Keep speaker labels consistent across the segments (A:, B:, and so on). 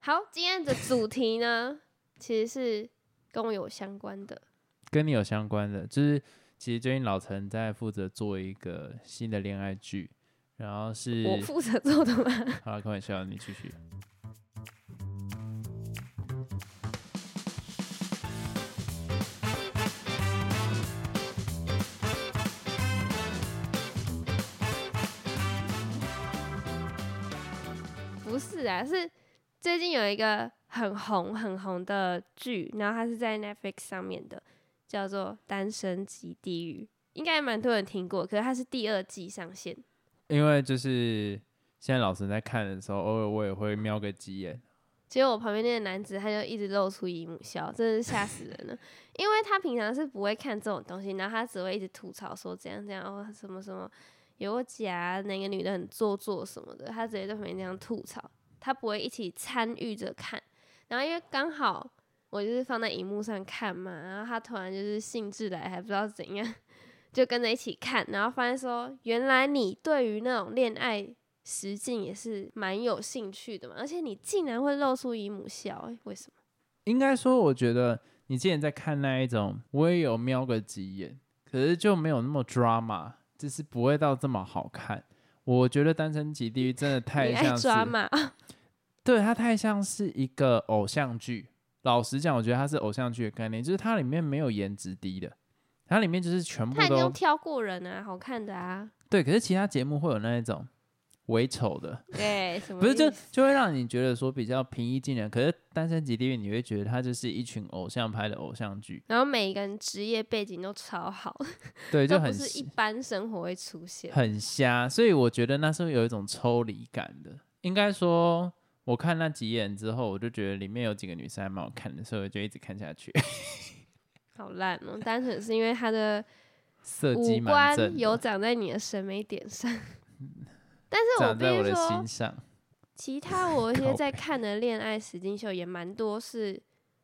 A: 好，今天的主题呢，其实是跟我有相关的。
B: 跟你有相关的，就是其实最近老陈在负责做一个新的恋爱剧，然后是
A: 我负责做的吗？
B: 好了，开玩笑，你继续。
A: 不是啊，是最近有一个很红很红的剧，然后它是在 Netflix 上面的，叫做《单身即地狱》，应该蛮多人听过，可是它是第二季上线。
B: 因为就是现在老陈在看的时候，偶尔我也会瞄个几眼。
A: 结果我旁边那个男子他就一直露出姨母笑，真是吓死人了。 因为他平常是不会看这种东西，然后他只会一直吐槽说怎样怎样，哦什么什么有个假，哪个女的很做作什么的，他直接在旁边这样吐槽，他不会一起参与着看。然后因为刚好我就是放在荧幕上看嘛，然后他突然就是兴致来，还不知道怎样，就跟着一起看，然后发现说原来你对于那种恋爱实境也是蛮有兴趣的嘛，而且你竟然会露出姨母笑、欸，为什么？
B: 应该说，我觉得你之前在看那一种，我也有瞄个几眼，可是就没有那么 drama，就是不会到这么好看。我觉得《单身即地狱》真的太
A: 你爱
B: 像是
A: 抓嘛？
B: 对，它太像是一个偶像剧。老实讲，我觉得它是偶像剧的概念，就是它里面没有颜值低的，它里面就是全部
A: 他已经
B: 都
A: 挑过人啊，好看的啊，
B: 对。可是其他节目会有那一种伪丑的，
A: 对， 什么
B: 不是就
A: 意思
B: 就会让你觉得说比较平易近人。可是《单身即地狱》，你会觉得它就是一群偶像拍的偶像剧，
A: 然后每一个人职业背景都超好，
B: 对，就
A: 都
B: 很
A: 不是一般生活会出现。
B: 很瞎，所以我觉得那是有一种抽离感的。应该说，我看那几眼之后，我就觉得里面有几个女生还蛮好看的，所以我就一直看下去。
A: 好烂哦、单纯是因为他 的
B: 色
A: 五
B: 机蛮正
A: 官
B: 的，
A: 有长在你的审美点上， 但是我
B: 长
A: 必
B: 在我
A: 须
B: 的
A: 说
B: 心，上。
A: 其 他我一
B: 靠
A: 些
B: 北
A: 在看的恋爱实境秀也蛮多是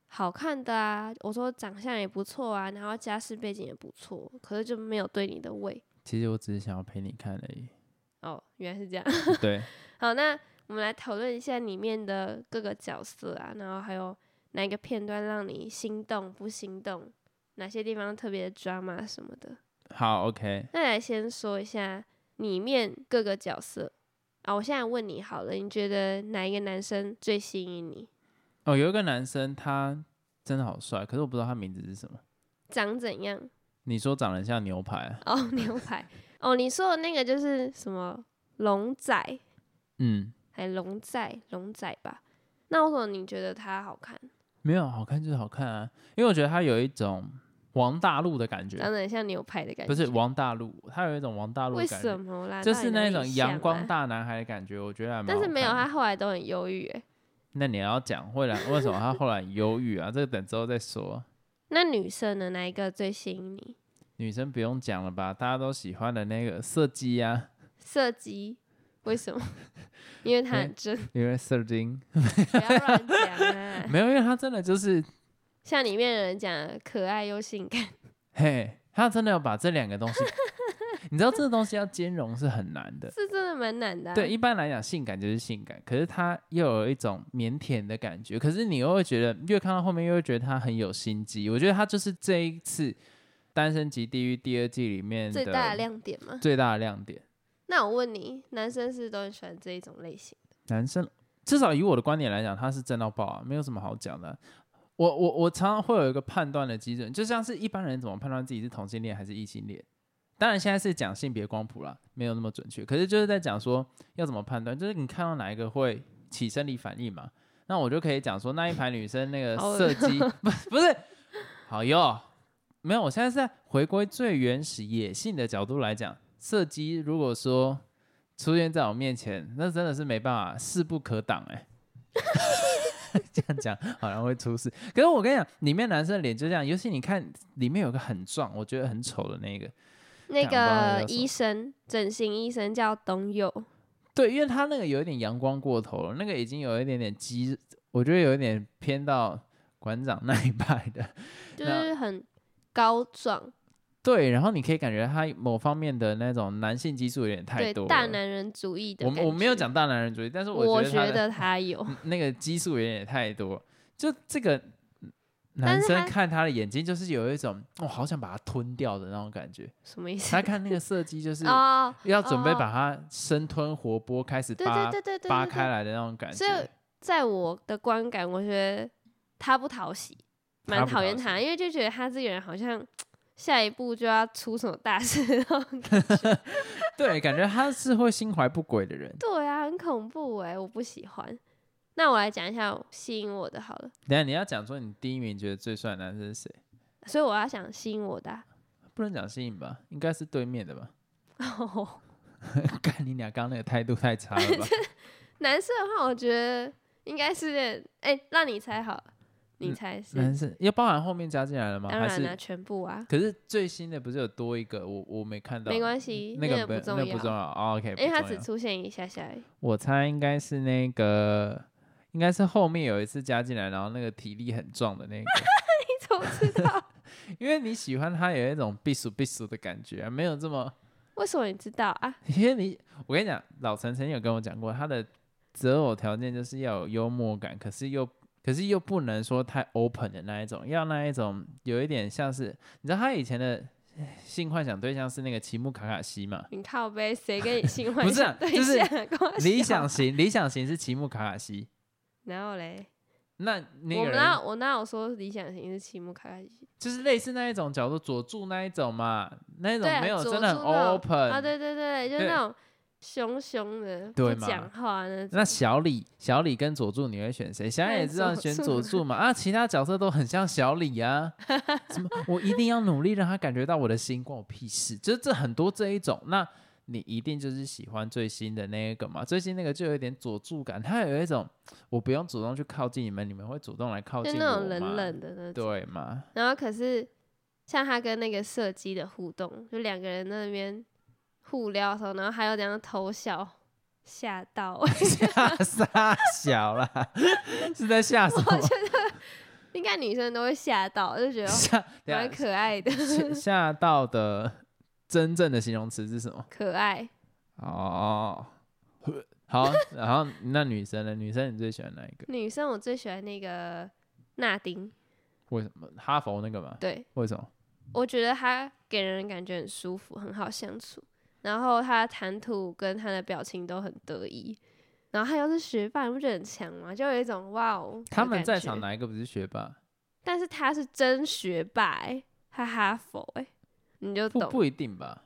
A: 好看的啊，我说长相也不错啊，然后家世背景也不错，可是就没有对你的胃
B: 其实我只是想要陪你看而已。
A: 哦，原来是这样。
B: 对，
A: 好，那我们来讨论一下里面的各个角色啊，然后还有哪一个片段让你心动不心动，哪些地方特别抓马什么的。
B: 好，OK，
A: 那来先说一下里面各个角色啊，我现在问你好了，你觉得哪一个男生最吸引你？
B: 哦，有一个男生他真的好帅，可是我不知道他名字是什么。
A: 长怎样？
B: 你说长得像牛排啊、
A: 哦， 牛排。哦，你说的那个就是什么龙仔，
B: 嗯，
A: 还龙仔，龙仔吧？那为什么你觉得他好看？
B: 没有好看就是好看啊，因为我觉得他有一种王大陆的感
A: 长
B: 觉，
A: 得很像牛排的感觉。
B: 不是王大陆，他有一种王大陆
A: 嗯为
B: 的感
A: 什
B: 觉，
A: 么啊啦？
B: 就
A: 到底
B: 是
A: 哪
B: 那
A: 里
B: 种
A: 像
B: 阳光
A: 啊。
B: 大男孩的感觉，我觉得还蛮
A: 但是
B: 好
A: 没有，啊
B: 看的
A: 他后来都很忧郁欸诶。
B: 那你要讲会来为什么他后来很忧郁啊？这个等之后再说。
A: 那女生呢？哪一个最吸引你？
B: 女生不用讲了吧，大家都喜欢的那个色鸡啊，
A: 射击？为什么？ 因为他 很正，
B: 因为色精
A: 不要乱讲 啊！
B: 没有，因为他真的就是
A: 像里面的人讲的，可爱又性感，
B: 嘿，他真的要把这两个东西，你知道这个东西要兼容是很难的。
A: 是真的蛮难的、啊。
B: 对，，一般来讲，性感就是性感，可是他又有一种腼腆的感觉，可是你又会觉得，越看到后面，又会觉得他很有心机。我觉得他就是这一次《单身级地狱》第二季里面
A: 最大的
B: 的
A: 亮点嘛。
B: 最大的亮点。
A: 那我问你，男生是不是都很喜欢这一种类型？
B: 男生至少以我的观点来讲，他是正到爆啊，没有什么好讲的啊。我我我常常会有一个判断的基准，就像是一般人怎么判断自己是同性恋还是异性恋。当然，现在是讲性别光谱啦，没有那么准确。可是就是在讲说要怎么判断，就是你看到哪一个会起生理反应嘛，那我就可以讲说那一排女生那个
A: 好恶
B: 射击不是不是好哟，没有，我现在是在回归最原始野性的角度来讲，射击如果说出现在我面前，那真的是没办法，势不可挡哎、 这样讲好像会出事，可是我跟你讲，里面男生的脸就这样，尤其你看里面有个很壮，我觉得很丑的那个，
A: 那
B: 干我不知道那
A: 个
B: 叫什么
A: 医生，整形医生叫董友，
B: 对，因为他那个有一点阳光过头了，那个已经有一点点激，我觉得有一点偏到馆长那一派的，
A: 就
B: 那
A: 是很高壮，
B: 对，然后你可以感觉他某方面的那种男性激素有点太
A: 对
B: 多了。
A: 大男人主义的
B: 我
A: 感觉。
B: 我没有讲大男人主义，但是
A: 我
B: 觉得他的
A: 他有，
B: 嗯那个激素有点太多，就这个嗯
A: 但
B: 男
A: 是
B: 生
A: 他
B: 看他的眼睛，就是有一种我、哦好想把它吞掉的那种感觉。
A: 什么意思？
B: 他看那个射击，就是
A: 哦，
B: 要准备
A: 哦
B: 把它生吞活剥，开始
A: 对
B: 扒
A: 对对对对
B: 扒
A: 对
B: 开
A: 对。
B: 来的那种感
A: 所以
B: 觉。
A: 在我的观感，我觉得他不讨喜，蛮
B: 他不
A: 讨厌
B: 讨喜
A: 他，因为就觉得他这个人好像下一步就要出什么大事那种感觉。
B: 对，感觉他是会心怀不轨的人。
A: 对啊，很恐怖哎、我不喜欢。那我来讲一下吸引我的好了，
B: 等一下你要讲说你第一名觉得最帅的男生是谁？
A: 所以我要想吸引我的啊、
B: 不能讲吸引吧，应该是对面的吧？
A: 哦，
B: 看你俩刚刚那个态度太差 了吧？
A: 男生的话，我觉得应该是哎、让你猜好了，你猜是？
B: 嗯男生要包含后面加进来了吗？
A: 当
B: 还
A: 然了、
B: 是？
A: 全部啊，
B: 可是最新的不是有多一个？我我没看到，
A: 没关系，
B: 那个
A: 不
B: 那
A: 重
B: 个
A: 要，
B: 不重要。哦 OK，
A: 因为
B: 不
A: 他
B: 重
A: 只
B: 要
A: 出现一下下而已。
B: 我猜应该是那个，应该是后面有一次加进来，然后那个体力很壮的那个，
A: 你 怎么知道？
B: 因为你喜欢他有一种避暑避暑的感觉，啊没有这么，
A: 为什么你知道啊？
B: 因为你我跟你讲，老陈曾经有跟我讲过，他的择偶条件就是要有幽默感，可是又。可是又不能说太 open 的那一种，要那一种有一点像是，你知道他以前的性幻想对象是那个齐木卡卡西嘛？
A: 你靠呗，谁跟你性幻
B: 不是
A: 想
B: 啊
A: 对
B: 就是
A: 象啊？跟我笑
B: 理想型，理想型是齐木卡卡西。
A: 然后嘞，
B: 那那
A: 我
B: 个人
A: 哪有我哪有说理想型是期末开开心
B: 就是类似那一种，角度佐助那一种嘛，那一种
A: 对啊，
B: 没有
A: 佐
B: 真的很
A: 助那种
B: open。
A: 啊？对对对，就是
B: 对
A: 那种凶凶的，不
B: 对嘛
A: 讲话那种。
B: 那小李，小李跟佐助你会选谁？小李也知 道选佐助嘛，啊，其他角色都很像小李呀、啊。什么？我一定要努力让他感觉到我的心，关我屁事。就是这很多这一种，那你一定就是喜欢最新的那一个嘛？最新那个就有一点佐助感，他有一种我不用主动去靠近你们，你们会主动来靠
A: 就
B: 近我
A: 那种冷
B: 嘛
A: 冷的那种。
B: 对 嘛？
A: 然后可是像他跟那个射击的互动，就两个人那边互撩的时候，然后还有这样偷笑，吓到 我，
B: 吓傻小啦，是在吓什么？
A: 应该女生都会吓到，就 觉得哦
B: 吓，等一
A: 蛮
B: 下
A: 可爱的，
B: 吓吓到的真正的形容词是什么？
A: 可爱。
B: 哦， 好，然后那女生呢？女生你最喜欢哪一个？
A: 女生我最喜欢那个纳丁，
B: 为什么？哈佛那个吗？
A: 对
B: 为什么？
A: 我觉得他给人感觉很舒服，很好相处。然后他谈吐跟他的表情都很得意，然后他又是学霸，你不觉得很强吗？就有一种哇哦，
B: 他们在场
A: 的感觉，
B: 哪一个不是学霸？
A: 但是他是真学霸、欸，他哈佛哎、你就
B: 不
A: 懂，
B: 不一定吧。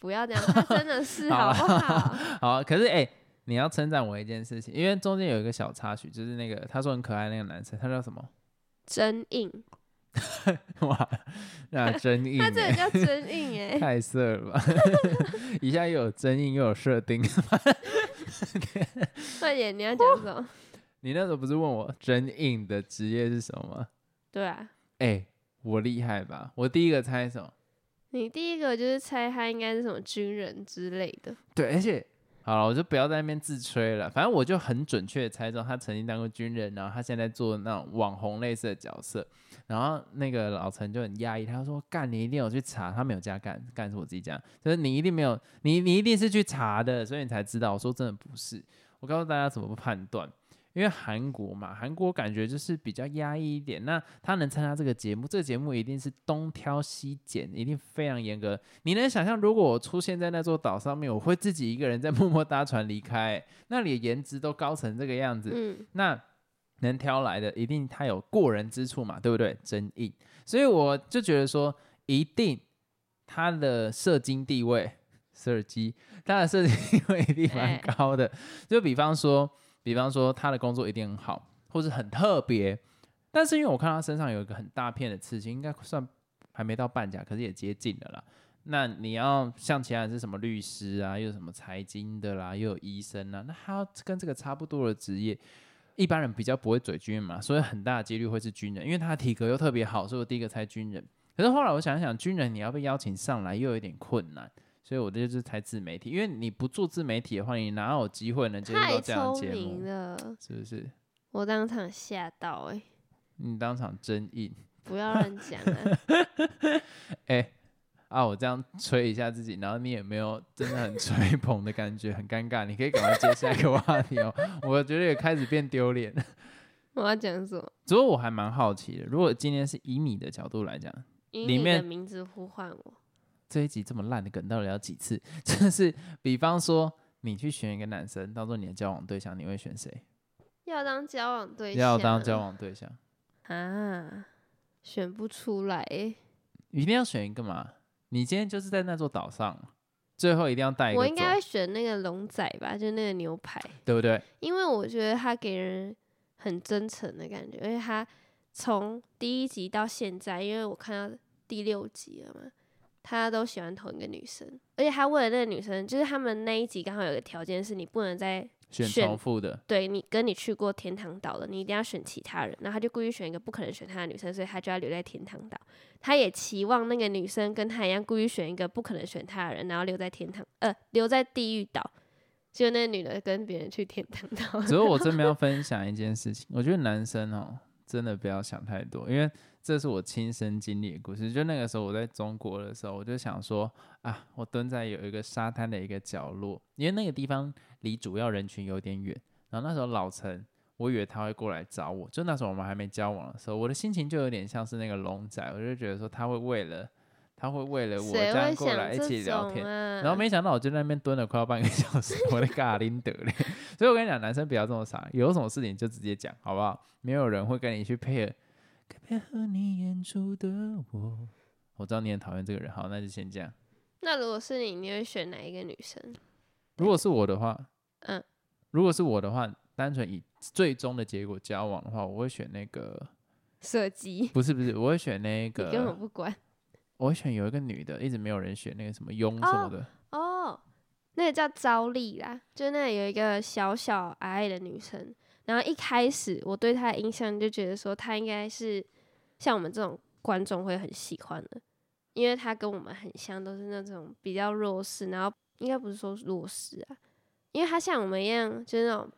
A: 不要这样，他真的 是
B: 好啊
A: 好不
B: 啦
A: 好？
B: 好，可是哎、你要称赞我一件事情，因为中间有一个小插曲，就是那个他说很可爱那个男生，他叫什么？
A: 真硬，
B: 哇，那真硬、
A: 他真的
B: 欸，
A: 叫真硬哎、
B: 太色了 吧！一下又有真硬又有设定。
A: 快点，你要讲什么？
B: 你那时候不是问我真硬的职业是什么吗？
A: 对啊，
B: 哎、我厉害吧？我第一个猜什么？
A: 你第一个就是猜他应该是什么军人之类的，
B: 对，而且好了，我就不要在那边自吹了。反正我就很准确的猜中，他曾经当过军人，然后他现在做那种网红类似的角色。然后那个老陈就很讶异，他说：“干，你一定有去查，他没有加干，干是我自己讲，就是你一定没有，你你一定是去查的，所以你才知道。”我说：“真的不是。”我告诉大家怎么判断。因为韩国嘛，韩国感觉就是比较压抑一点。那他能参加这个节目，这个节目一定是东挑西拣，一定非常严格。你能想象，如果我出现在那座岛上面，我会自己一个人在 默默搭船离开、那里的颜值都高成这个样子，
A: 嗯，
B: 那能挑来的一定他有过人之处嘛，对不对？真硬，所以我就觉得说，一定他的射精地位，射击，他的射精地位一定蛮
A: 哎
B: 高的。就比方说，比方说他的工作一定很好，或者很特别。但是因为我看他身上有一个很大片的刺青，应该算还没到半甲，可是也接近了啦。那你要像其他人是什么律师啊，又有什么财经的啦，又有医生啊，那他要跟这个差不多的职业，一般人比较不会嘴军人嘛，所以很大的几率会是军人，因为他的体格又特别好，所以我第一个猜军人。可是后来我想一想，军人你要被邀请上来又有点困难，所以我就是猜自媒体，因为你不做自媒体的话，你哪有机会能接触
A: 太
B: 到这样的
A: 聪
B: 节
A: 明
B: 目？
A: 了。
B: 是不是？
A: 我当场吓到哎、
B: 你当场真硬，
A: 不要乱讲啊！
B: 哎、啊，我这样吹一下自己，然后你也没有真的 很吹捧的感觉，很尴尬。你可以赶快接下一个话题哦，我觉得也开始变丢脸。
A: 我要讲什么？
B: 不过我还蛮好奇的，如果今天是以你的角度来讲，
A: 以
B: 里
A: 你的
B: 面
A: 名字呼唤我。
B: 这一集这么烂的梗到底要几次？ 就是比方说，你去选一个男生当做你的交往对象，你会选谁？
A: 要当交往对象，
B: 要当交往对象，
A: 啊，选不出来欸。
B: 一定要选一个嘛？你今天就是在那座岛上，最后一定要带一个
A: 我
B: 走，
A: 应该会选那个龙仔吧，就那个牛排，
B: 对不对？
A: 因为我觉得他给人很真诚的感觉，而且他从第一集到现在，因为我看到第六集了嘛，他都喜欢同一个女生，而且他为了那个女生，就是他们那一集刚好有个条件是你不能再
B: 选
A: 选
B: 重复的，
A: 对你跟你去过天堂岛的，你一定要选其他人。然后他就故意选一个不可能选他的女生，所以他就要留在天堂岛。他也期望那个女生跟他一样，故意选一个不可能选他的人，然后留在天堂，呃，留在地狱岛。结果那个女的跟别人去天堂岛，
B: 只是我这边要分享一件事情，我觉得男生哦，真的不要想太多，因为这是我亲身经历的故事。就那个时候我在中国的时候，我就想说啊，我蹲在有一个沙滩的一个角落，因为那个地方离主要人群有点远。然后那时候老陈，我以为他会过来找我，就那时候我们还没交往的时候，我的心情就有点像是那个龙仔，我就觉得说他会为了他会为了我这
A: 谁会
B: 样过
A: 想
B: 来一起
A: 这
B: 聊
A: 种
B: 天。
A: 啊？
B: 然后没想到我就在那边蹲了快要半个小时，我的嘎拎得嘞。 所以我跟你讲，男生不要这么傻，有什么事情就直接讲，好不好？没有人会跟你去配合。该配合你演出的我，我知道你很讨厌这个人，好，那就先这样。
A: 那如果是你，你会选哪一个女生？
B: 如果是我的话，
A: 嗯，
B: 如果是我的话，单纯以最终的结果交往的话，我会选那个，
A: 射击，
B: 不是不是，我会选那
A: 你根本
B: 个，
A: 不管
B: 我会选有一个女的，一直没有人选那个什么庸什么
A: 哦
B: 的。
A: 哦。那个叫招娣啦，就那里有一个小小矮矮的女生。然后一开始我对她的印象就觉得说，她应该是像我们这种观众会很喜欢的，因为她跟我们很像，都是那种比较弱势，然后应该不是说弱势啊，因为她像我们一样，就是那种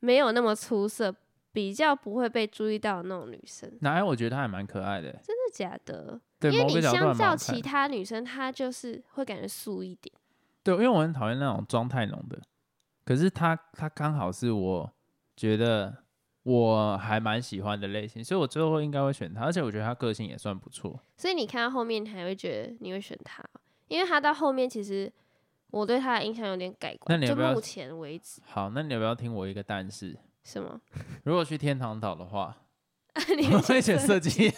A: 没有那么出色，比较不会被注意到的那种女生。
B: 哪哎有？我觉得她还蛮可爱的，
A: 真的假的？
B: 对
A: 因为
B: 某
A: 你
B: 个角度还
A: 相
B: 蛮好
A: 较
B: 看
A: 其
B: 的。
A: 他女生，她就是会感觉素一点。
B: 对，因为我很讨厌那种妆太浓的，可是他他刚好是我觉得我还蛮喜欢的类型，所以我最后应该会选他，而且我觉得他个性也算不错。
A: 所以你看到后面，你还会觉得你会选他，哦因为他到后面其实我对他的印象有点改
B: 那
A: 观。
B: 你要
A: 就
B: 不要
A: 目前为止，
B: 好，那你要不要听我一个但是？
A: 什么？
B: 如果去天堂岛的话，
A: 你
B: 我会选设计。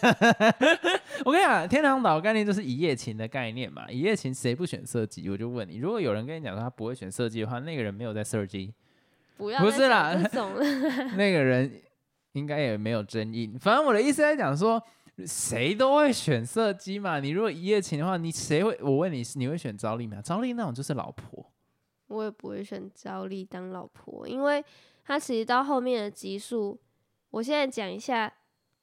B: 我跟你讲，天堂岛概念就是一夜情的概念嘛，一夜情谁不选设计？我就问你，如果有人跟你讲说他不会选设计的话，那个人没有在设计。
A: 不要
B: 不
A: 再
B: 是
A: 讲
B: 啦
A: 这种了。
B: 那个人应该也没有争议。反正我的意思在讲说，谁都会选色鸡嘛。你如果一夜情的话，你谁会？我问你，你会选招娣吗？招娣那种就是老婆，
A: 我也不会选赵丽当老婆，因为她其实到后面的集数，我现在讲一下，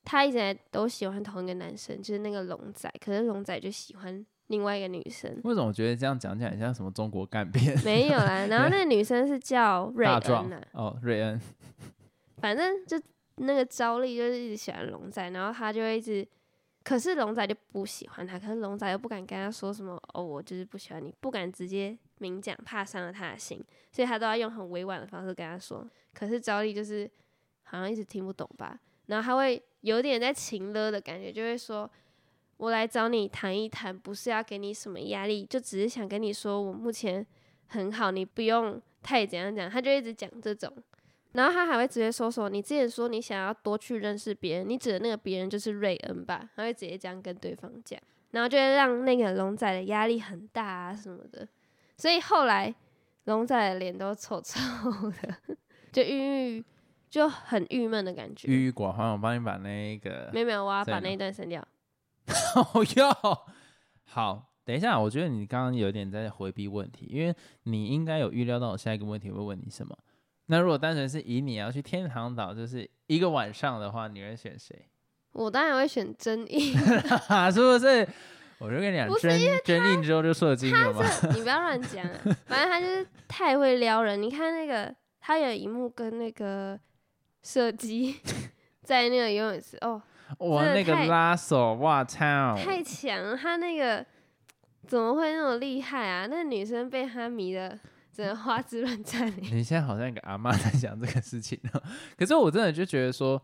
A: 她一直以来都喜欢同一个男生，就是那个龙仔，可是龙仔就喜欢另外一个女 生。
B: 为什么我觉得这样讲起来很像什么中国干片？
A: 没有啦，然后那个女生是叫瑞
B: 大
A: 恩啊
B: 壮
A: 呐、
B: 哦，瑞恩，
A: 反正就那个招娣就是一直喜欢龙仔，然后他就会一直，可是龙仔就不喜欢他，可是龙仔又不敢跟他说什么哦，我就是不喜欢你，不敢直接明讲，怕伤了他的心，所以他都要用很委婉的方式跟他说。可是招娣就是好像一直听不懂吧，然后他会有点在情勒的感觉，就会说。我来找你谈一谈，不是要给你什么压力，就只是想跟你说，我目前很好，你不用太怎样讲。他就一直讲这种，然后他还会直接说说你之前说你想要多去认识别人，你指的那个别人就是瑞恩吧？他会直接这样跟对方讲，然后就会让那个龙仔的压力很大啊什么的。所以后来龙仔的脸都臭臭的， 就郁郁就很郁闷的感觉。
B: 郁郁寡欢。我帮你把那个
A: 没有没有，我要
B: 在
A: 把
B: 哪
A: 那一段删掉。
B: 哦哟，好，等一下，我觉得你刚刚有点在回避问题，因为你应该有预料到我下一个问题会问你什么。那如果单纯是以你要去天堂岛就是一个晚上的话，你会选谁？
A: 我当然会选真印，
B: 是不是？我就跟你讲
A: 不，是
B: 真真印之后就射精了嘛。
A: 你不要乱讲、啊，反正他就是太会撩人。你看那个，他有一幕跟那个射击 在那个游泳池，哦，
B: 哇，
A: 真的
B: 那个
A: 太
B: 哦拉手，哇操！
A: 太强了，他那个怎么会那么厉害啊？那女生被他迷的，真的花枝乱颤 欸。
B: 你现在好像一个阿妈在讲这个事情哦。 可是我真的就觉得说，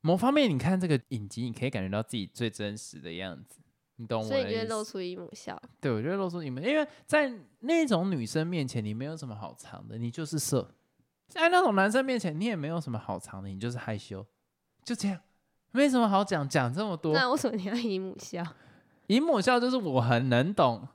B: 某方面你看这个影集，你可以感觉到自己最真实的样子，你懂我
A: 所以
B: 的
A: 你就会
B: 意
A: 露
B: 思？
A: 出一抹笑。
B: 对，我觉得露出你们，因为在那种女生面前，你没有什么好藏的，你就是色；在那种男生面前，你也没有什么好藏的，你就是害羞，就这样，没什么好讲，讲这么多。
A: 那为什么你要姨母笑？
B: 姨母笑就是我很能懂。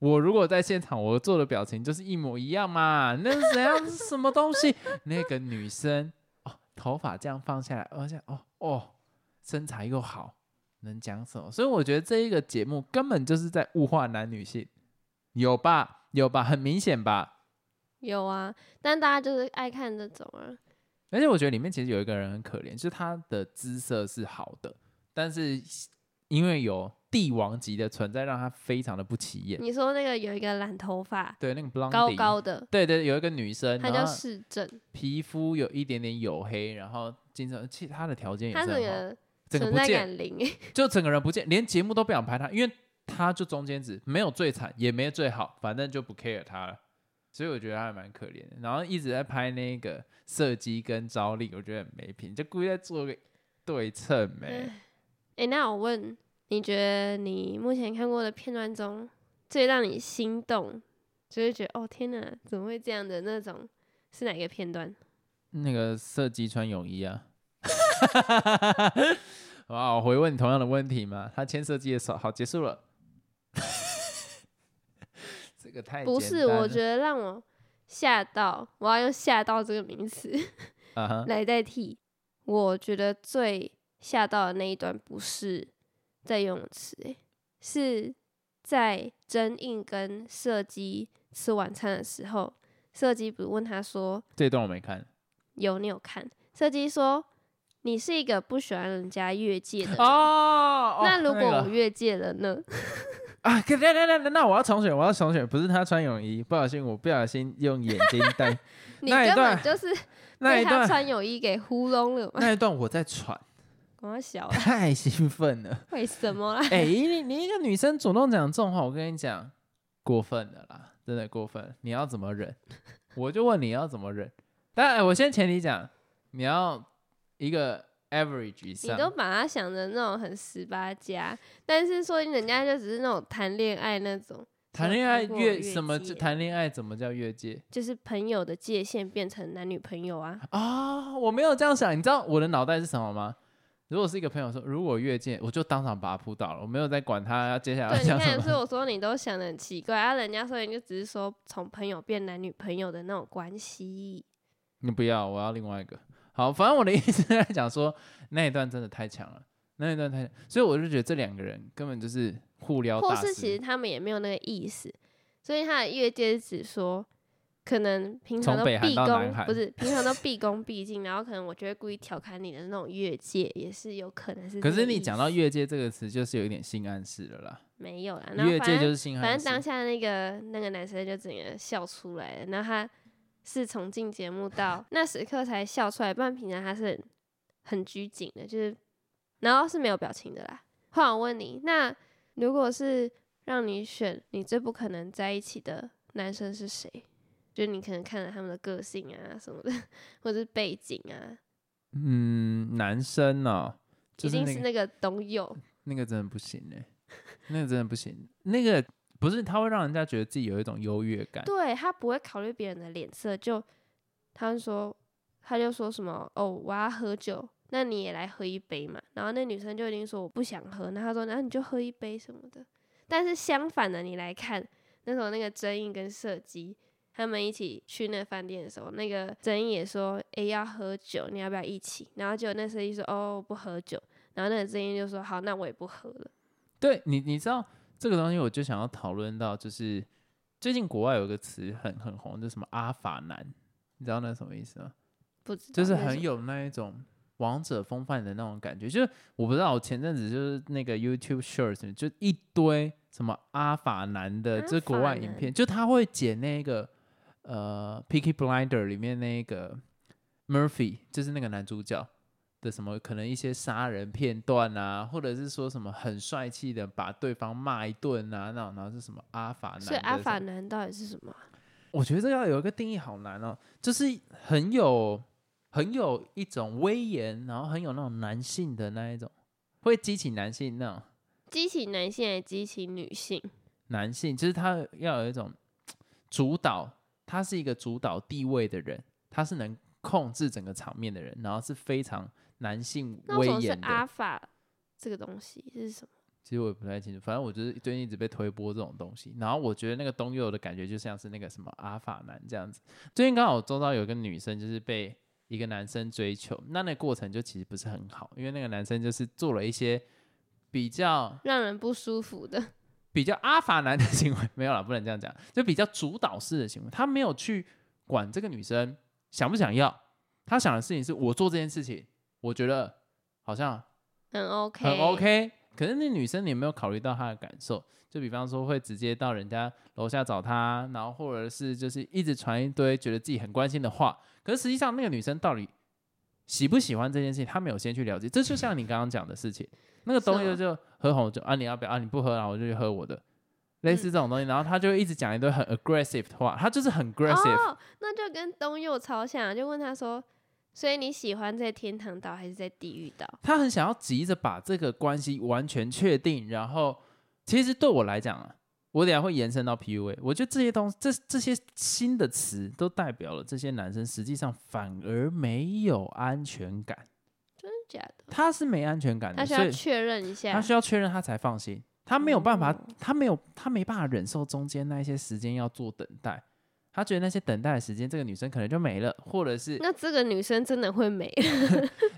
B: 我如果在现场，我做的表情就是一模一样嘛，那是怎样什么东西？ 那个女生哦，头发这样放下来，而且哦哦，身材又好，能讲什么？所以我觉得这一个节目根本就是在物化男女性，有吧？有吧？很明显吧？
A: 有啊，但大家就是爱看这种啊。
B: 而且我觉得里面其实有一个人很可怜，就是他的姿色是好的，但是因为有帝王级的存在，让他非常的不起眼。
A: 你说那个有一个染头发，
B: 对，那个 blondie
A: 高高的，
B: 对对，有一个女生，
A: 她
B: 然
A: 叫
B: 后
A: 市政，
B: 皮肤有一点点黝黑，然后经常，其实她的条件也
A: 她
B: 是
A: 整
B: 很好，
A: 个
B: 整个
A: 存
B: 不
A: 在
B: 见，
A: 感零欸。
B: 就整个人不见，连节目都不想拍她，因为她就中间值，没有最惨，也没最好，反正就不 care 她了。所以我觉得她还蛮可怜的，然后一直在拍那个射击跟招力，我觉得很没品，就故意在做个 对称没、
A: 哎、 诶那我问，你觉得你目前看过的片段中，最让你心动，就是觉得哦天哪，怎么会这样的那种，是哪个片段？
B: 那个射击穿泳衣啊。哇，我回问你同样的问题嘛？他牵射击的手，好，结束了。这个太
A: 不
B: 简
A: 是，
B: 单
A: 我
B: 了
A: 觉得让我吓到，我要用吓到这个名词
B: 啊哈，
A: 来代替。我觉得最吓到的那一段不是在游泳池、欸，是在真印跟射击吃晚餐的时候，射击不是问他说
B: 这段我没看。
A: 有你有看，设计说你是一个不喜欢人家越界的人。
B: 哦
A: 那如果我
B: 个
A: 越界了呢？
B: 啊，可等等等等，那我要重选，我要重选，不是他穿泳衣，不小心，我不小心用眼睛带
A: 你
B: 那一
A: 根本
B: 段
A: 就是
B: 那
A: 被
B: 一
A: 他
B: 段，
A: 穿泳衣给糊弄了嘛！
B: 那一段我在 喘，
A: 我小啊，
B: 太兴奋了。
A: 为什么啊 啦？
B: 哎、你你一个女生主动讲这种话，我跟你讲，过分的啦，真的过分。你要怎么忍？我就问你要怎么忍。但、哎我先前提讲，你要一个 average 以
A: 你
B: 上，
A: 都把他想的那种很十八加，但是说人家就只是那种谈恋爱那种，
B: 谈恋爱
A: 如果
B: 越
A: 越
B: 什么
A: 界
B: 谈恋爱怎么叫越界？
A: 就是朋友的界限变成男女朋友啊。
B: 啊、我没有这样想，你知道我的脑袋是什么吗？如果是一个朋友说，如果越界，我就当场把他扑倒了，我没有在管他要接下来
A: 对，
B: 要
A: 你
B: 啊讲什
A: 看，
B: 么。
A: 所以我说你都想的很奇怪啊，人家说你就只是说从朋友变男女朋友的那种关系。
B: 你不要，我要另外一个。好，反正我的意思 在讲说，那一段真的太强了，那一段太强，所以我就觉得这两个人根本就是互撩
A: 或
B: 大
A: 是
B: 师。
A: 其实他们也没有那个意思，所以他的越界是指说，可能平常
B: 从
A: 都
B: 北韩
A: 毕
B: 到南
A: 恭，
B: 韩
A: 不是平常都毕恭毕敬，然后可能我就会故意调侃你的那种越界，也是有可能是这
B: 可
A: 个意思。
B: 是你讲到越界这个词，就是有一点性暗示了啦。
A: 没有啦，然后
B: 越
A: 啊反
B: 界
A: 正
B: 就是性
A: 反
B: 暗
A: 正当
B: 示。
A: 下那个那个男生就整个笑出来了，然后他是从进节目到那时刻才笑出来，不然平常他是很很拘谨的，就是然后是没有表情的啦。后来我问你，那如果是让你选，你最不可能在一起的男生是谁？就你可能看了他们的个性啊什么的， 或者是背景啊，
B: 嗯，男生哦，就
A: 一
B: 是
A: 定
B: 那
A: 是
B: 个
A: 那个董友，
B: 那个真的不行哎、那个真的不行，那个不是他会让人家觉得自己有一种优越感。
A: 对他不会考虑别人的脸色，就他就说他就说什么哦，我要喝酒，那你也来喝一杯嘛。然后那女生就已经说我不想喝，那他说那你就喝一杯什么的。但是相反的，你来看那时候那个真印跟射击他们一起去那饭店的时候，那个真印也说诶、要喝酒，你要不要一起？然后结果那射击说哦我不喝酒，然后那个真印就说好，那我也不喝了。
B: 对你，你知道这个东西，我就想要讨论到，就是最近国外有一个词很很红，就什么阿法男，你知道那是什么意思吗？
A: 不知道
B: 就是
A: 那什
B: 很
A: 么
B: 有那一种王者风范的那种感觉。就是我不知道，我前阵子就是那个 YouTube Shorts 就一堆什么阿法男的，
A: 阿
B: 就是国
A: 法
B: 外影
A: 男
B: 片，就他会剪那个呃《Picky Blinder》里面那个 Murphy，就是那个男主角。的什么可能一些杀人片段啊，或者是说什么很帅气的把对方骂一顿啊，那种然后是什么阿法男的什
A: 所
B: 么，
A: 以阿法男到底是什么啊？
B: 我觉得这要有一个定义好难哦，就是很有很有一种威严，然后很有那种男性的那一种，会激起男性那种
A: 激起男性还是激起女性？
B: 男性，就是他要有一种主导，他是一个主导地位的人，他是能控制整个场面的人，然后是非常男性
A: 那为
B: 威
A: 什么是
B: 严
A: 阿
B: 的。
A: 法这个东西是什么？
B: 其实我也不太清楚，反正我就是最近一直被推播这种东西，然后我觉得那个东佑的感觉就像是那个什么阿法男这样子。最近刚好我周遭有一个女生就是被一个男生追求，那那个过程就其实不是很好，因为那个男生就是做了一些比较
A: 让人不舒服的。
B: 比较阿法男的行为，没有啦，不能这样讲，就比较主导式的行为，他没有去管这个女生想不想要，他想的事情是我做这件事情，我觉得好像
A: 很 OK，
B: 很 OK。可是那女生你有没有考虑到她的感受？就比方说会直接到人家楼下找她，然后或者是就是一直传一堆觉得自己很关心的话。可是实际上那个女生到底喜不喜欢这件事情，她没有先去了解。这就像你刚刚讲的事情，那个东
A: 是
B: 西
A: 啊
B: 就喝红酒啊，你要不要啊？你不喝啊，我就去喝我的。类
A: 嗯
B: 似这种东西，然后她就一直讲一堆很 aggressive 的话，她就是很 aggressive，、
A: 哦，那就跟东佑超像，啊就问他说，所以你喜欢在天堂岛还是在地狱岛？
B: 他很想要急着把这个关系完全确定，然后其实对我来讲啊，我等一下会延伸到 PUA，我觉得这些东西，这这些新的词都代表了这些男生实际上反而没有安全感，
A: 真的假的？
B: 他嗯是没安全感
A: 他
B: 的，
A: 需
B: 所
A: 要
B: 以
A: 确认一下
B: 他，需要确认他才放心，他没有办法
A: 哦，
B: 他没有他没办法忍受中间那一些时间要做等待，他觉得那些等待的时间，这个女生可能就没了，或者是
A: 那这个女生真的会美？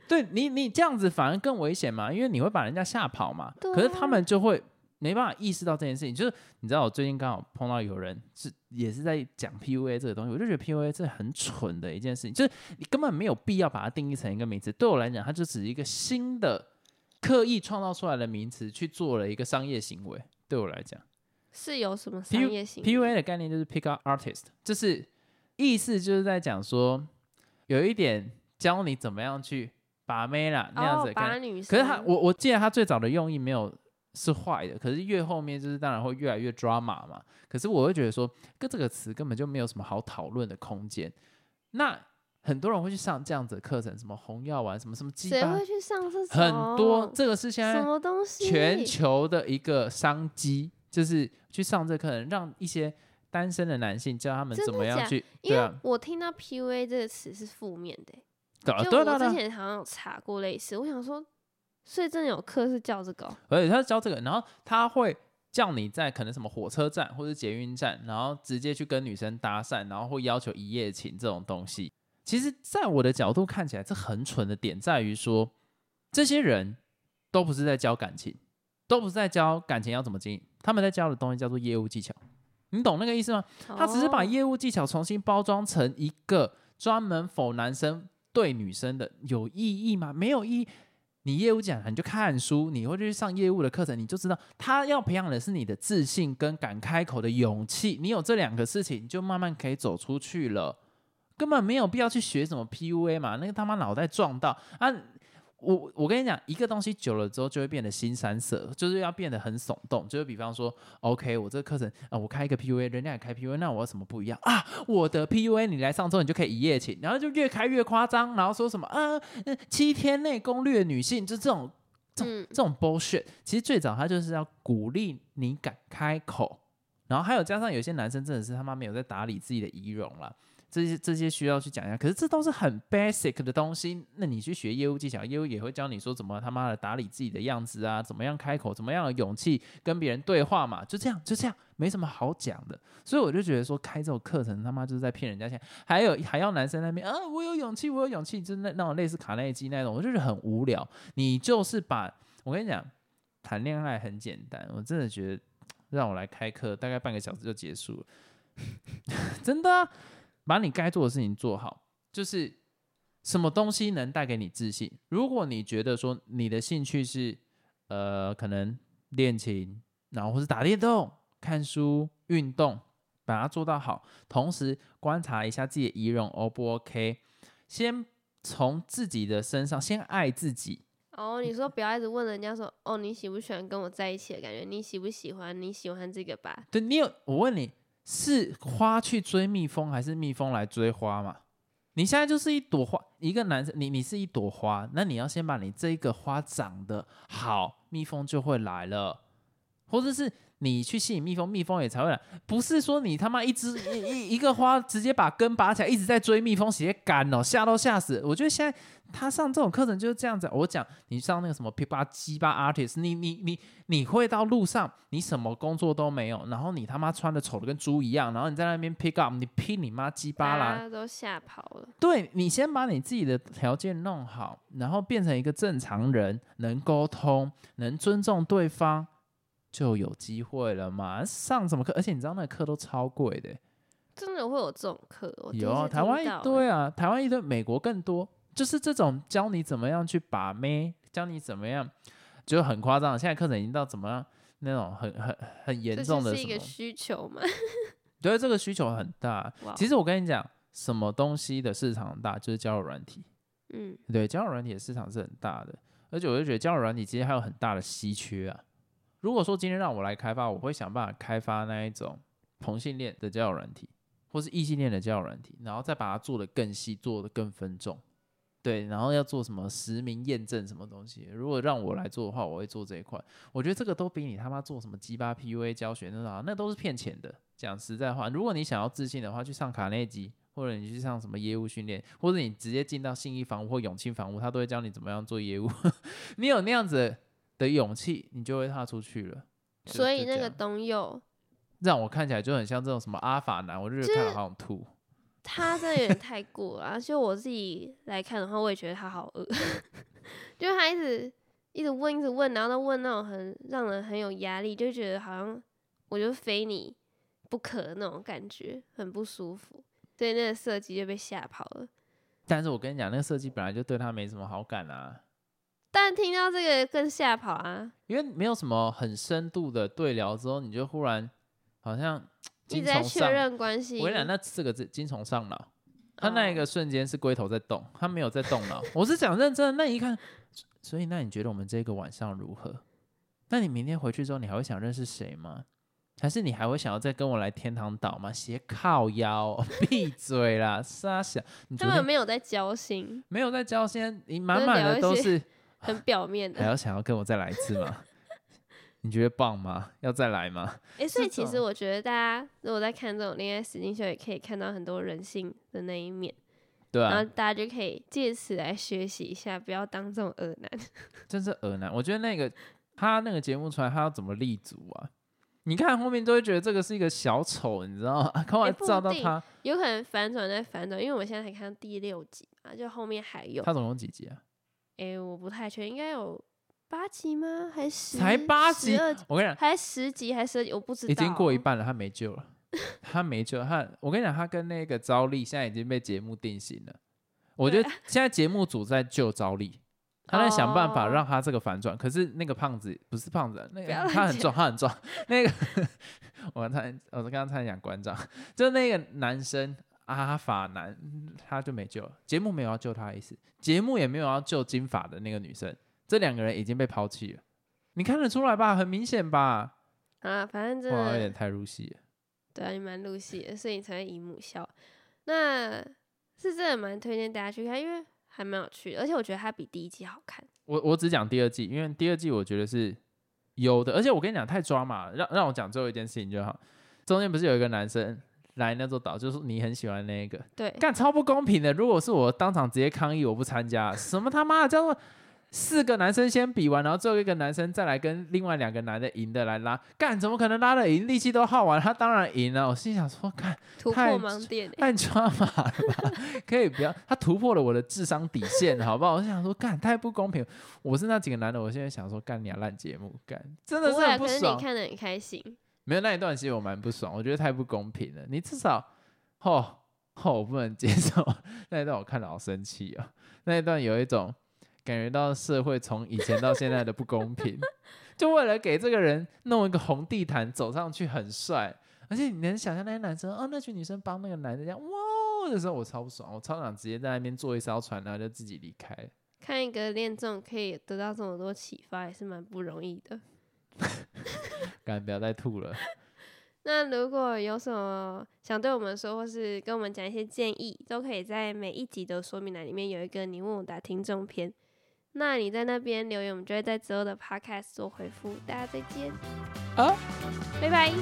B: 对你，你这样子反而更危险嘛，因为你会把人家吓跑嘛。
A: 对啊
B: 可是他们就会没办法意识到这件事情。就是你知道，我最近刚好碰到有人是也是在讲 PUA 这个东西，我就觉得 PUA 这很蠢的一件事情，就是你根本没有必要把它定义成一个名词。对我来讲，它就只是一个新的刻意创造出来的名词去做了一个商业行为。对我来讲。
A: 是有什么
B: P
A: 商业行为
B: PUA 的概念就是 pick up artist，就是意思就是在讲说，有一点教你怎么样去把妹啦那样子
A: 哦
B: 的，概
A: 把
B: 念。
A: 女生。
B: 可是他，我我记得他最早的用意没有是坏的，可是越后面就是当然会越来越 drama 嘛。可是我会觉得说，跟这个词根本就没有什么好讨论的空间。那很多人会去上这样子的课程，什么红药丸，什么什么鸡
A: 谁
B: 巴
A: 会，去上厕所？
B: 很多。这个是现在
A: 什么东西？
B: 全球的一个商机，就是去上这课程，让一些单身的男性教他们
A: 真的
B: 怎么样
A: 假
B: 去，
A: 因
B: 对
A: 为
B: 啊，
A: 我听到 PUA 这个词是负面的、
B: 对啊
A: 就
B: 对
A: 我
B: 啊对
A: 之
B: 啊对啊，
A: 前好像有查过类似，我想说，所以真的有课是叫这个哦、
B: 而且他教这个，然后他会叫你在可能什么火车站或者捷运站，然后直接去跟女生搭讪，然后会要求一夜情这种东西。其实，在我的角度看起来，这很蠢的点在于说，这些人都不是在教感情，都不是在教感情要怎么经营，他们在教的东西叫做业务技巧。你懂那个意思吗？他只是把
A: 哦
B: 业务技巧重新包装成一个专门否男生对女生的，有意义吗？没有意义。你业务讲，你就看书，你会去上业务的课程，你就知道他要培养的是你的自信跟敢开口的勇气。你有这两个事情，你就慢慢可以走出去了，根本没有必要去学什么 PUA 嘛，那个他妈脑袋撞到啊！我我跟你讲，一个东西久了之后就会变得新三色，就是要变得很耸动。就是比方说，OK，我这个课程啊、我开一个 PUA，人家也开 PUA，那我有什么不一样啊？我的 PUA 你来上之后你就可以一夜情，然后就越开越夸张，然后说什么啊、呃七天内攻略女性，就这种
A: 嗯，
B: 这种 bullshit，其实最早他就是要鼓励你敢开口，然后还有加上有些男生真的是他妈没有在打理自己的仪容啦，这些这些需要去讲一下。可是这都是很 basic 的东西，那你去学业务技巧，业务也会教你说怎么他妈的打理自己的样子啊，怎么样开口，怎么样的勇气跟别人对话嘛，就这样就这样，没什么好讲的。所以我就觉得说开这种课程他妈就是在骗人家钱，还有还要男生那边啊，我有勇气，我有勇气，就是那那种类似卡耐基那种，我就觉得很无聊。你就是把我跟你讲，谈恋爱很简单，我真的觉得让我来开课，大概半个小时就结束了， 真的啊、把你该做的事情做好，就是什么东西能带给你自信。如果你觉得说你的兴趣是呃，可能练琴，然后或是打电动、看书、运动，把它做到好，同时观察一下自己的仪容 O 不 OK，先从自己的身上先爱自己，
A: 哦，你说不要一直问人家说，哦，你喜不喜欢跟我在一起的感觉？你喜不喜欢？你喜欢这个吧？
B: 对你有，我问你是花去追蜜蜂，还是蜜蜂来追花嘛？你现在就是一朵花，一个男生，你你是一朵花，那你要先把你这一个花长得好，蜜蜂就会来了，或者是你去吸引蜜蜂，蜜蜂也才会来。不是说你他妈一只 一一一个花直接把根拔起来，一直在追蜜蜂，直接赶哦，吓都吓死。我觉得现在他上这种课程就是这样子。我讲你上那个什么 P 八鸡巴 artist，你你你你会到路上，你什么工作都没有，然后你他妈穿的丑的跟猪一样，然后你在那边 pick up，你拼你妈鸡巴啦
A: 大！家都吓跑了。
B: 对你先把你自己的条件弄好，然后变成一个正常人，能沟通，能尊重对方，就有机会了嘛。上什么课？而且你知道那个课都超贵的欸、
A: 真的会有这种课？我第一
B: 有啊
A: 次
B: 台
A: 听
B: 湾一
A: 到欸
B: 堆啊，台湾一堆，美国更多，就是这种教你怎么样去把妹，教你怎么样，就很夸张。现在课程已经到怎么样那种很很很严
A: 这
B: 重
A: 就
B: 的
A: 是
B: 什
A: 一
B: 么
A: 个？需求嘛？
B: 对，这个需求很大。
A: 哇
B: 其实我跟你讲，什么东西的市场很大，就是交友软体。
A: 嗯，
B: 对，交友软体的市场是很大的，而且我就觉得交友软体其实还有很大的稀缺啊。如果说今天让我来开发，我会想办法开发那一种同性恋的交友软体，或是异性恋的交友软体，然后再把它做得更细，做得更分众。对，然后要做什么实名验证什么东西？如果让我来做的话，我会做这一块。我觉得这个都比你他妈做什么鸡巴 PUA 教学那种啊，那都是骗钱的。讲实在话，如果你想要自信的话，去上卡内基，或者你去上什么业务训练，或者你直接进到信义房屋或永庆房屋，他都会教你怎么样做业务。 你有那样子的勇气，你就会踏出去了。就
A: 所
B: 就
A: 以那
B: 这
A: 个
B: 样
A: 东佑
B: 让我看起来就很像这种什么阿法男，我就觉得看了好想吐。
A: 他真的有点太过了啊。就我自己来看的话，我也觉得他好恶， 就是他一直一直问，一直问，然后都问那种很让人很有压力，就觉得好像我就非你不可的那种感觉，很不舒服。对，那个设计就被吓跑了。
B: 但是我跟你讲，那个设计本来就对他没什么好感啊，
A: 但听到这个更吓跑啊！
B: 因为没有什么很深度的对聊之后，你就忽然好像
A: 一
B: 精
A: 直在
B: 虫
A: 确
B: 上。
A: 认关系。
B: 我跟你讲，那四个字精虫上脑，他那一
A: 哦
B: 个瞬间是龟头在动，他没有在动脑。我是讲认真的，那你一看，所所以那你觉得我们这个晚上如何？那你明天回去之后，你还会想认识谁吗？还是你还会想要再跟我来天堂岛吗？斜靠腰哦，闭嘴啦，傻小！你
A: 他
B: 昨天
A: 们没有在交心，
B: 没有在教，现在你满
A: 是
B: 满
A: 聊
B: 的
A: 一
B: 都
A: 些
B: 是，
A: 很表面的
B: 还。要想要跟我再来一次吗？你觉得棒吗？要再来吗？
A: 诶，所以
B: 这
A: 其实
B: 种
A: 我觉得大家如果在看这种恋爱实境秀，也可以看到很多人性的那一面，
B: 对
A: 然后
B: 啊，
A: 大家就可以借此来学习一下，不要当这种恶男。
B: 真是恶男。我觉得那个他那个节目出来，他要怎么立足啊？你看后面都会觉得这个是一个小丑，你知道吗？ 刚好
A: 也哎不
B: 照到
A: 一定
B: 他，
A: 有可能反转再反转，因为我们现在才看到第六集嘛，就后面还有。
B: 他总共几集啊？
A: 诶，我不太确定，应该有八集吗？还是
B: 才八集
A: 12集
B: 我跟你讲，
A: 还十集还是十二集？我不知道，
B: 已经过一。半了，他没救了，他没救了。他我跟你讲，他跟那个招娣现在已经被节目定型了。我觉得现在节目组在救 招娣，他在想办法
A: 哦
B: 让他这个反转。可是那个胖子不是胖子啊，那
A: 不要
B: 个
A: 乱
B: 他很
A: 讲
B: 壮，他很壮。那个我差点，我刚刚差点讲馆长，就那个男生阿法男，他就没救了。节目没有要救他的意思，节目也没有要救金发的那个女生，这两个人已经被抛弃了。你看得出来吧？很明显吧？
A: 啊，反正真
B: 哇，有
A: 的
B: 点太入戏了。
A: 对啊，你蛮入戏的，所以你才会以母校。那是真的蛮推荐大家去看，因为还蛮有趣的，而且我觉得它比第一季好看。
B: 我我只讲第二季，因为第二季我觉得是有的，而且我跟你讲太抓马了，让让我讲最后一件事情就好。中间不是有一个男生来那座岛，就是你很喜欢那一个，
A: 对，
B: 干超不公平的。如果是我当场直接抗议，我不参加，什么他妈的叫做四个男生先比完，然后最后一个男生再来跟另外两个男的赢的来拉，干怎么可能拉得赢？力气都耗完，他当然赢了。我心想说，干
A: 突破
B: 太
A: 盲点、欸，
B: 太抓马了吧？ 可以不要，他突破了我的智商底线，好不好？我就想说，干太不公平。我是那几个男的，我现在想说，干你啊烂节目，干真的
A: 不
B: 是
A: 会啊，
B: 很不
A: 可是你
B: 爽。
A: 看得很开心。
B: 没有那一段，其实我蛮不爽，我觉得太不公平了。你至少，吼吼，我不能接受 那一段，我看了好生气哦。那一段有一种感觉到社会从以前到现在的不公平， 就为了给这个人弄一个红地毯走上去很帅，而且你能想象那些男生，哦，那群女生帮那个男的这样，哇，哦的时候，我超不爽，我超想直接在那边坐一艘船，然后就自己离开。
A: 看一个恋综可以得到这么多启发，也是蛮不容易的。
B: 干，不要再吐了。
A: 那如果有什么想对我们说，或是跟我们讲一些建议，都可以在每一集的说明栏里面有一个“你问我答”听众篇。那你在那边留言，我们就会在之后的 podcast 做回复。大家再见，
B: 啊，
A: 拜拜。